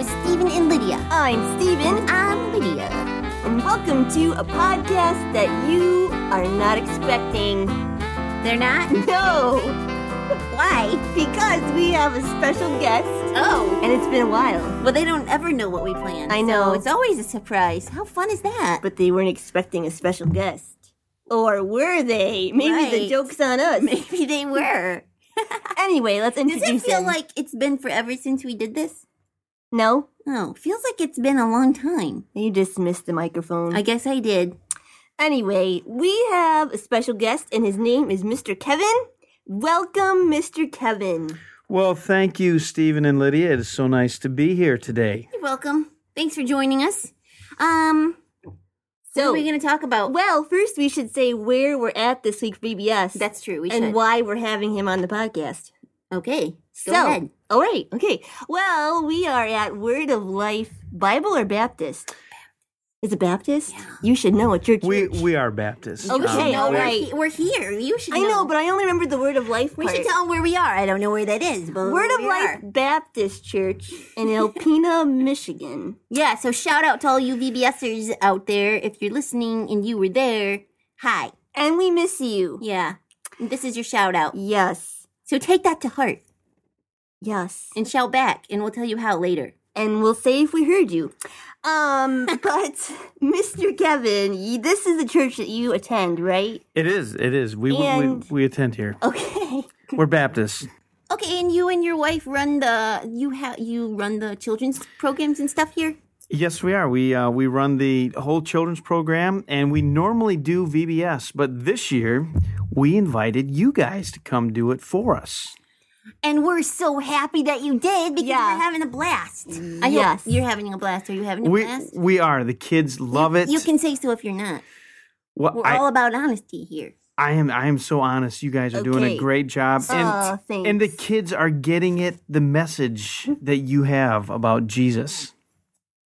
and Lydia. I'm Steven. I'm Lydia. And welcome to a podcast that you are not expecting. They're not? No! Why? Because we have a special guest. Oh. And it's been a while. Well, they don't ever know what we plan. I know. so it's always a surprise. How fun is that? But they weren't expecting a special guest. Or were they? Maybe the Right. joke's on us. maybe they were. Anyway, let's Does introduce it feel him. like it's been forever since we did this? No? No, feels like it's been a long time. You just missed the microphone. I guess I did. Anyway, we have a special guest, and his name is Mr. Kevin. Welcome, Mr. Kevin. Well, thank you, Stephen and Lydia. It is so nice to be here today. You're welcome. Thanks for joining us. Um, what are So, we going to talk about? well, first we should say where we're at this week for BBS That's true. We and should. why we're having him on the podcast. okay. Go So, ahead. all right, okay. Well, we are at Word of Life Bible or Baptist? Is it Baptist? You should know at your church. We we are Baptists. Oh, we should Um, know, we're, right. he- we're here. You should. I know, but I only remember the Word of Life we part. should tell them where we are. I don't know where that is, but Word of we Life are. Baptist Church in Alpena, Michigan. Yeah. So shout out to all you VBSers out there. If you're listening and you were there, hi. And we miss you. Yeah. This is your shout out. Yes. So take that to heart Yes. and shout back, and we'll tell you how later. And we'll say if we heard you. Um, but Mr. Kevin, you, this is the church that you attend, right? It is. It is. We, we And- we attend here. Okay. We're Baptists. Okay, and you and your wife run the you have you run the children's programs and stuff here. Yes, we are. We uh, we run the whole children's program, and we normally do VBS, but this year we invited you guys to come do it for us. And we're so happy that you did because Yeah. we're having a blast. I hope Yes. you're having a blast. Are you having a We blast? we are. The kids love it. You can say so if you're not. Well, We're I, all about honesty here. I am I am so honest. You guys are doing Okay. a great job, and uh, Aw, thanks. and the kids are getting it. The message that you have about Jesus.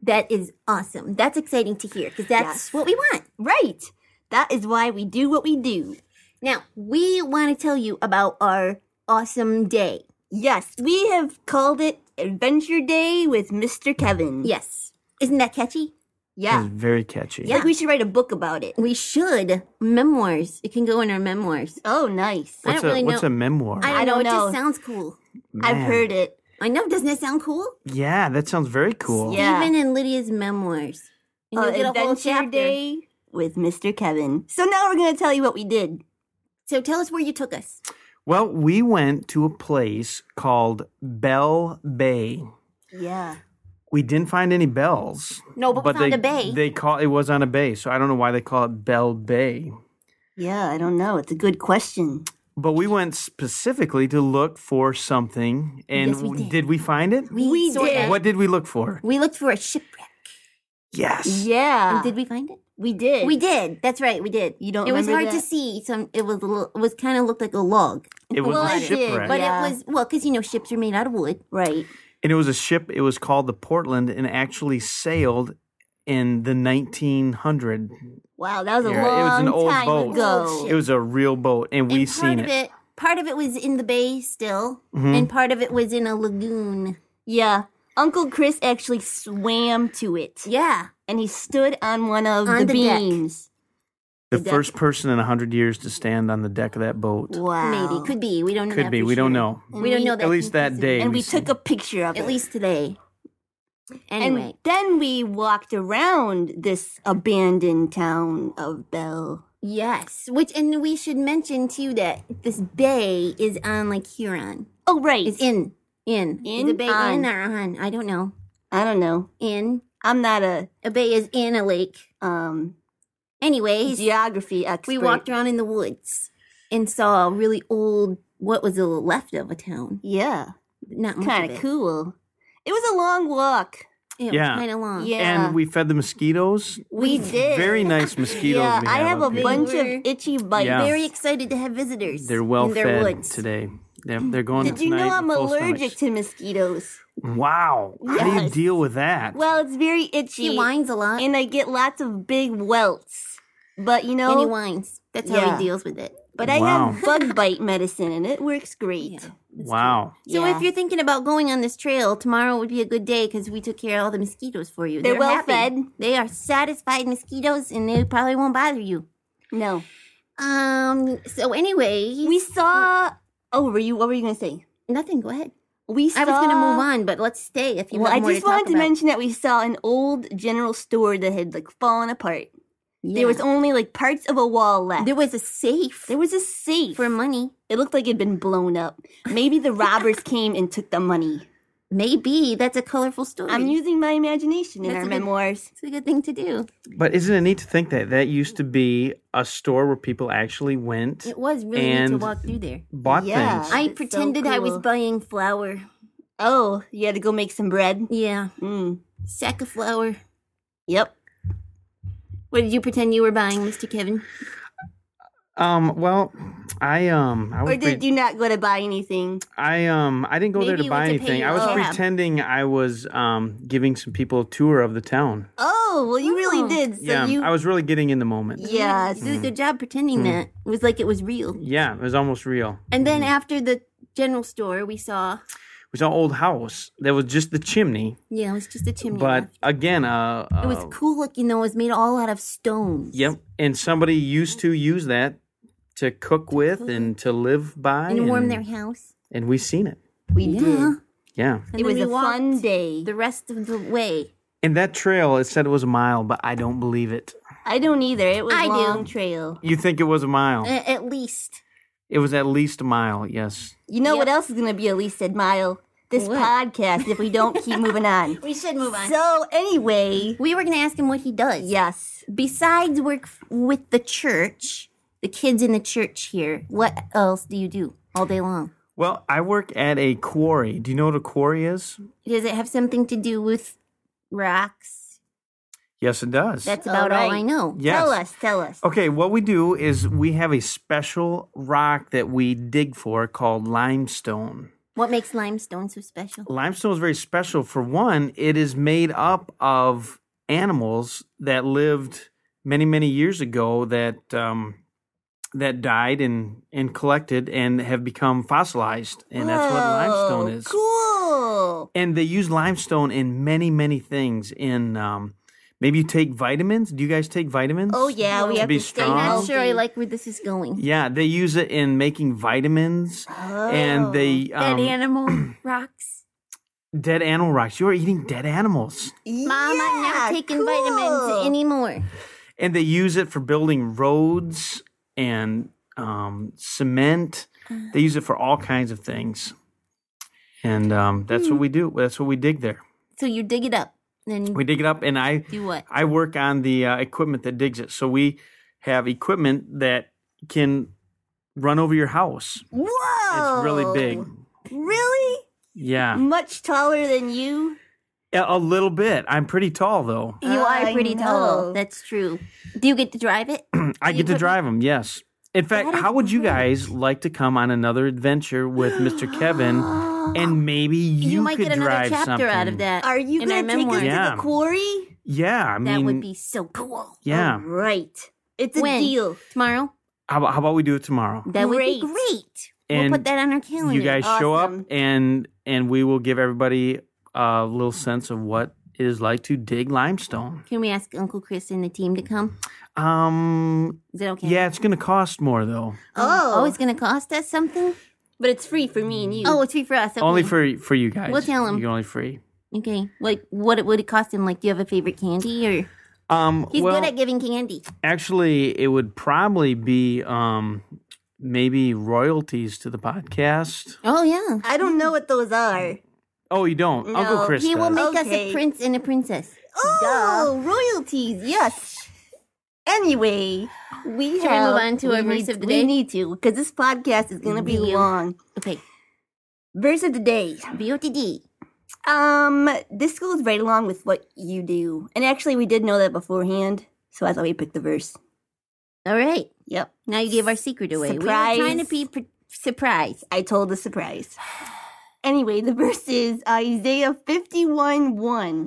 That is awesome. That's exciting to hear because that's Yes. what we want. Right. That is why we do what we do. Now, we want to tell you about our awesome day. Yes, we have called it Adventure Day with Mr. Kevin. Yes. Isn't that catchy? Yeah. It's very catchy. Like we should write a book about it. We should. Memoirs. It can go in our memoirs. Oh, nice. I What's don't a really what's know. a memoir? I don't It just know. sounds cool. I've Man. heard it. I know. Doesn't it sound cool? Yeah, that sounds very cool. Yeah. Even in Lydia's memoirs. And Uh, you'll get a whole Adventure chapter. Day with Mr. Kevin. So now we're going to tell you what we did. So tell us where you took us. Well, we went to a place called Bell Bay. Yeah. We didn't find any bells. No, Oh, but we found they, a bay. They call it was on a bay, so I don't know why they call it Bell Bay. Yeah, I don't know. It's a good question. But we went specifically to look for something, and Yes, we w- did. we find it? We sort did. of- What did we look for? We looked for a shipwreck. Yes. Yeah. And did we find it? we did. We did. That's right. We did. You don't It was remember hard to that? see. Some. It was. A little, it was kind of looked like a log. It was Well, I a did, shipwreck. But Yeah. it was well, because you know ships are made out of wood. Right. And it was a ship, it was called the Portland and actually sailed in the 1900. Wow, that was a Yeah, long it was an old time boat. ago. It was a real boat, and we and part seen of it. Part of it was in the bay still, and part of it was in a lagoon. Yeah. Uncle Chris actually swam to it Yeah, and he stood on one of On the, the deck. beams. The The deck. first person in 100 years to stand on the deck of that boat. Wow. maybe could be. We don't know. Could that be. for We don't sure. know. We don't know that. At least that day. And we, seen took a picture of it. At least today. Anyway, And then we walked around this abandoned town of Bell. yes. Which and we should mention too that this bay is on like Huron. Oh, right. It's in in In? the bay On. in or on? I don't know. I don't know. In I'm not a a bay is in a lake. um, Anyways, geography expert. we walked around in the woods and saw a really old what was the left of a town. Yeah. Not much Kind of cool. It was a long walk. It was Yeah. kind of long. Yeah. And we fed the mosquitoes. uh, we did. Very nice mosquitoes. yeah, we I have a up here. bunch of They were- itchy bites. Yeah. Very excited to have visitors. They're well in their fed woods. today. They're, they're going Did you tonight know with I'm full allergic to mosquitoes? stomachs. Wow. How do you Yes. deal with that? Well, it's very itchy. He whines a lot. and I get lots of big welts. But you and he know, whines. That's how Yeah. he deals with it. but I Wow. have bug bite medicine and it works great. Yeah. Wow. So Yeah. if you're thinking about going on this trail, tomorrow would be a good day because we took care of all the mosquitoes for you. They're well happy. fed. They are satisfied mosquitoes, and they probably won't bother you. No. Um. So anyway, We saw. Oh, were you? What were you going to say? nothing. Go ahead. We saw. I was going to move on, but let's stay if you Well, have I more just to wanted talk to about. mention that we saw an old general store that had like fallen apart. There was Yeah. only like parts of a wall left. there was a safe There was a safe. for money. It looked like it had been blown up. Maybe the robbers came and took the money. Maybe that's a colorful story. I'm using my imagination in That's our a good- memoirs. it's a good thing to do. But isn't it neat to think that that used to be a store where people actually went, It was really neat to And- walk through there. bought Yeah. things? I It's so pretended I was cool. buying flour. Oh, you had to go make some bread. Yeah, Mm. sack of flour. Yep. What did you pretend you were buying, Mr. Kevin? Um. Well, I um. I was Or did pre- you not go to buy anything? I um. I didn't go there Maybe to you buy went to pay anything. your I was cab. pretending I was um giving some people a tour of the town. Oh, well, you Oh. really did. So yeah. you. I was really getting in the moment. yeah. You did a Mm-hmm. good job pretending that. It was like it was real. Yeah. It was almost real. And then Mm-hmm. after the general store, we saw, It was an old house that was just the chimney, yeah, it was just a chimney. but left. again, uh, it was uh, cool looking though. It was made all out of stones. Yep. And somebody used to use that to cook with and to live by. And warm their house. And we seen it. We Yeah. Yeah. And It then was we a fun walked day. The rest of the way. And that trail, it said it was a mile, but I don't believe it. I don't either. It was I a do. long trail. You think it was a mile? A- at least. It was at least a mile, yes. You know what Yep. else is going to be at least a mile? This What? podcast if we don't keep moving on. We should move on. So anyway, we were going to ask him what he does. yes. Besides work f- with the church, the kids in the church here, what else do you do all day long? Well, I work at a quarry. Do you know what a quarry is? Does it have something to do with rocks? Yes, it does. That's about all, All right. I know. yes. Tell us, tell us. Okay, what we do is we have a special rock that we dig for called limestone. What makes limestone so special? limestone is very special. For one, it is made up of animals that lived many, many years ago that um, that died and and collected and have become fossilized, and that's what Whoa, limestone is. Oh, Cool. And they use limestone in many, many things. In um, maybe you take vitamins. Do you guys take vitamins? Oh yeah, we To have be to stay strong. I'm not healthy. sure I like where this is going. Yeah, they use it in making vitamins, and they Oh. um, Dead animal rocks. dead animal rocks. You are eating dead animals. Mom, I'm Oh. Yeah, not taking cool. vitamins anymore. and they use it for building roads and um, cement. They use it for all kinds of things, and um, that's what we do. That's what we dig there. So you dig it up and We dig it up, and I do what? I work on the uh, equipment that digs it. So we have equipment that can run over your house. Whoa. It's really big. Really? Yeah, Much taller than you? a a little bit. I'm pretty tall though. You are I pretty know. tall. That's true. Do you get to drive it? I get to drive them. Yes. In fact, how would you guys like to come on another adventure with Mr. Kevin? And maybe you, Oh, you, might could get another drive chapter something. out of that. Oh. Are you in our gonna take memoir. us to Yeah. the quarry? Yeah, I mean, That would be so cool. yeah. Right. It's a When? deal. Tomorrow? How, about- how about we do it tomorrow? That would be Great. great. And we'll put that on our calendar. You guys show up Awesome. and and we will give everybody a little sense of what it is like to dig limestone. Can we ask Uncle Chris and the team to come? Um, Is that okay? yeah, it's gonna cost more though, Oh, it's going to cost us something? but it's free for me and you. Oh, it's free for us. Okay. only for for you guys. We'll tell 'em. You're only free. Okay. Like, what would it cost him? Like, do you have a favorite candy? Or Um, he's well, good at giving candy. actually, it would probably be um maybe royalties to the podcast. Oh, yeah. I don't know what those are. Oh, you don't, Uncle No, Chris. He will does. make us a Okay. prince and a princess. Oh, royalties. Yes. Anyway, we Should we have- move on to we our verse need- of the we day? need to because this podcast is going to be Deal. long. Okay. Verse of the day. BOTD. Um, this goes right along with what you do, and actually, we did know that beforehand, so I thought we picked the verse. All right. Yep, Now you gave our secret away. Surprise. We were trying to be pr- surprised. I told the surprise. Anyway, the verse is uh, Isaiah fifty-one one.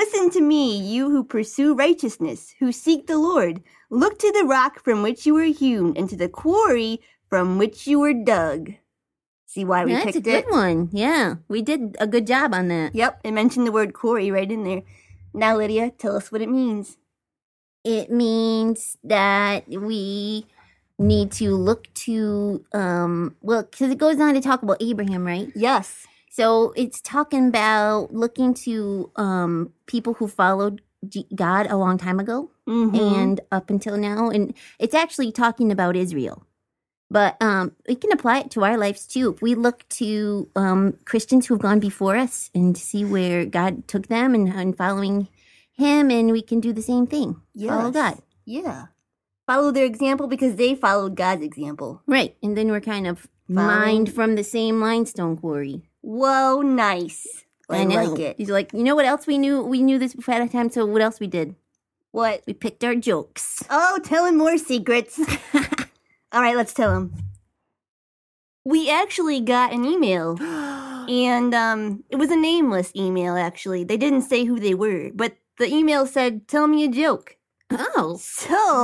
Listen to me, you who pursue righteousness, who seek the Lord. Look to the rock from which you were hewn, and to the quarry from which you were dug. See why we That's a picked good it? one. Yeah, we did a good job on that. Yep, it mentioned the word quarry right in there. Now, Lydia, tell us what it means. It means that we need to look to, um, well, because it goes on to talk about Abraham, right? Yes. So it's talking about looking to um, people who followed G- God a long time ago Mm-hmm. and up until now. And it's actually talking about Israel. But um, we can apply it to our lives too. If we look to um, Christians who've gone before us and see where God took them and, and following Him, and we can do the same thing. Follow God. Yeah. Follow their example because they followed God's example. Right. And then we're kind of Following- mined from the same limestone quarry. Whoa, nice. I, know. like it. He's like, you know what else we knew? We knew this ahead of time. So what else we did? What? We picked our jokes. Oh, telling more secrets. All right, let's tell him. We actually got an email, and um, it was a nameless email. Actually, they didn't say who they were, but the email said, "Tell me a joke." Oh, how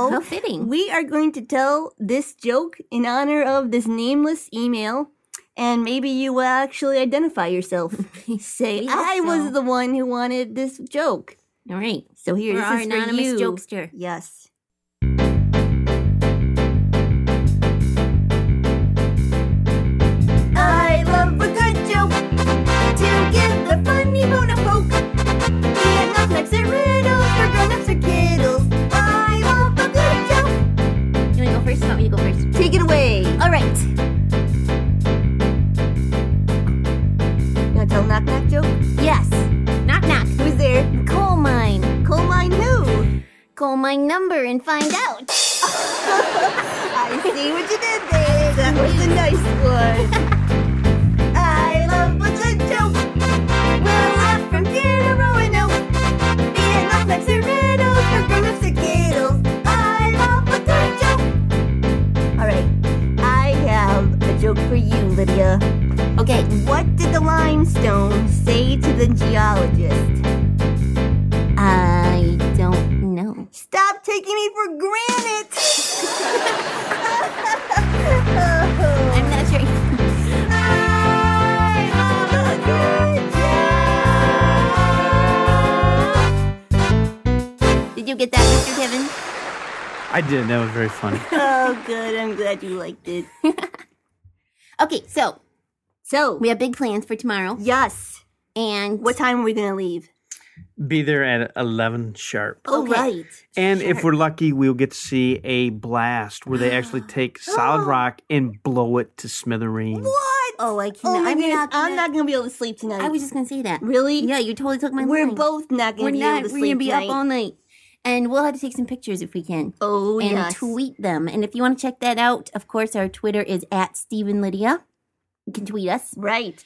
So fitting. we are going to tell this joke in honor of this nameless email, and maybe you will actually identify yourself. Say, We hope "I so. was the one who wanted this joke." All right. So here, We're this our is anonymous for you. jokester. Yes. I love a good joke to give the funny bone a poke. Be it knock-knocks or riddles for grown-ups or kiddles. I love a good joke. You want to go first? You want me to go first? Take it away. All right. You wanna tell knock-knock joke? Yes. Knock, knock. Who's there? Call mine. Coal mine who? Call my number and find out. I see what you did there. That was a nice one. I love a good joke. We'll laugh from here to Roanoke. Be it knock-knocks or riddles for grown-ups or kiddles. I love a good joke. All right. I have a joke for you, Lydia. Okay. What did the limestone say to the geologist? I don't know. Stop taking me for granted. Oh. I'm not sure. Did you get that, Mr. Kevin? I did. That was very funny. Oh, good. I'm glad you liked it. Okay, so So, we have big plans for tomorrow. yes. And What time are we going to leave? Be there at eleven sharp. Oh, Okay. right. And if we're lucky, we'll get to see a blast where they actually take solid rock and blow it to smithereens. What? Oh, I can't. Oh my I'm goodness, not. I'm gonna- not going to be able to sleep tonight. I was just gonna say that. really? Yeah, you totally took my. We're line. both not We're going to be able not. to We're sleep gonna be tonight. up all night, and we'll have to take some pictures if we can. oh, and yes. tweet them. And if you want to check that out, of course, our Twitter is at Stephen Lydia. You can tweet us. Right.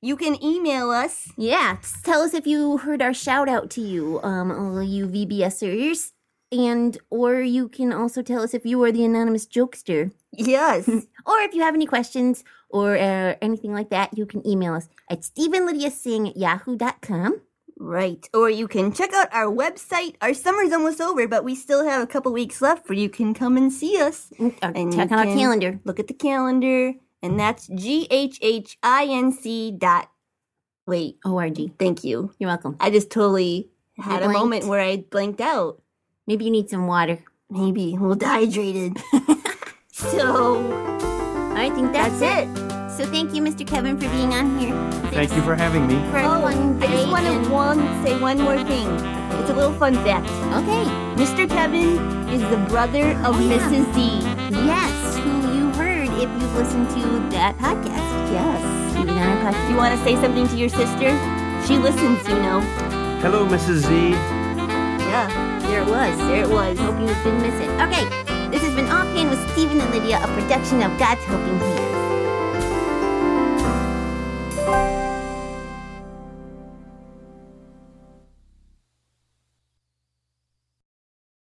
You can email us. Yeah, s- tell us if you heard our shout out to you, um, all you VBSers, and or you can also tell us if you are the anonymous jokester, Yes. or if you have any questions or uh, anything like that. You can email us at StephenLydiaSing at yahoo.com. Right. Or you can check out our website. Our summer's almost over, but we still have a couple weeks left where you can come and see us. Or And uh, check you out our can- calendar. Look at the calendar, and that's G H H I N C dot. Wait, ORG. thank you. You're welcome. I just totally had a blanked. moment where I blanked out. Maybe you need some water. Maybe a little dehydrated. so I think that's, that's it. it. So thank you, Mr. Kevin, for being on here. Thank you for having me. for Oh, one I day. just want to and- one, say one more thing. It's a little fun fact. okay. Mr. Kevin is the brother of Oh, yeah. Mrs. Z. Yes, who you heard if you've listened to that podcast. Yes. You've been on a You podcast. want to say something to your sister? She listens, you know. Hello, Mrs. Z. Yeah, There it was. there it was. Hope you didn't miss it. Okay, this has been Offhand with Stephen and Lydia, a production of God's Helping Hand.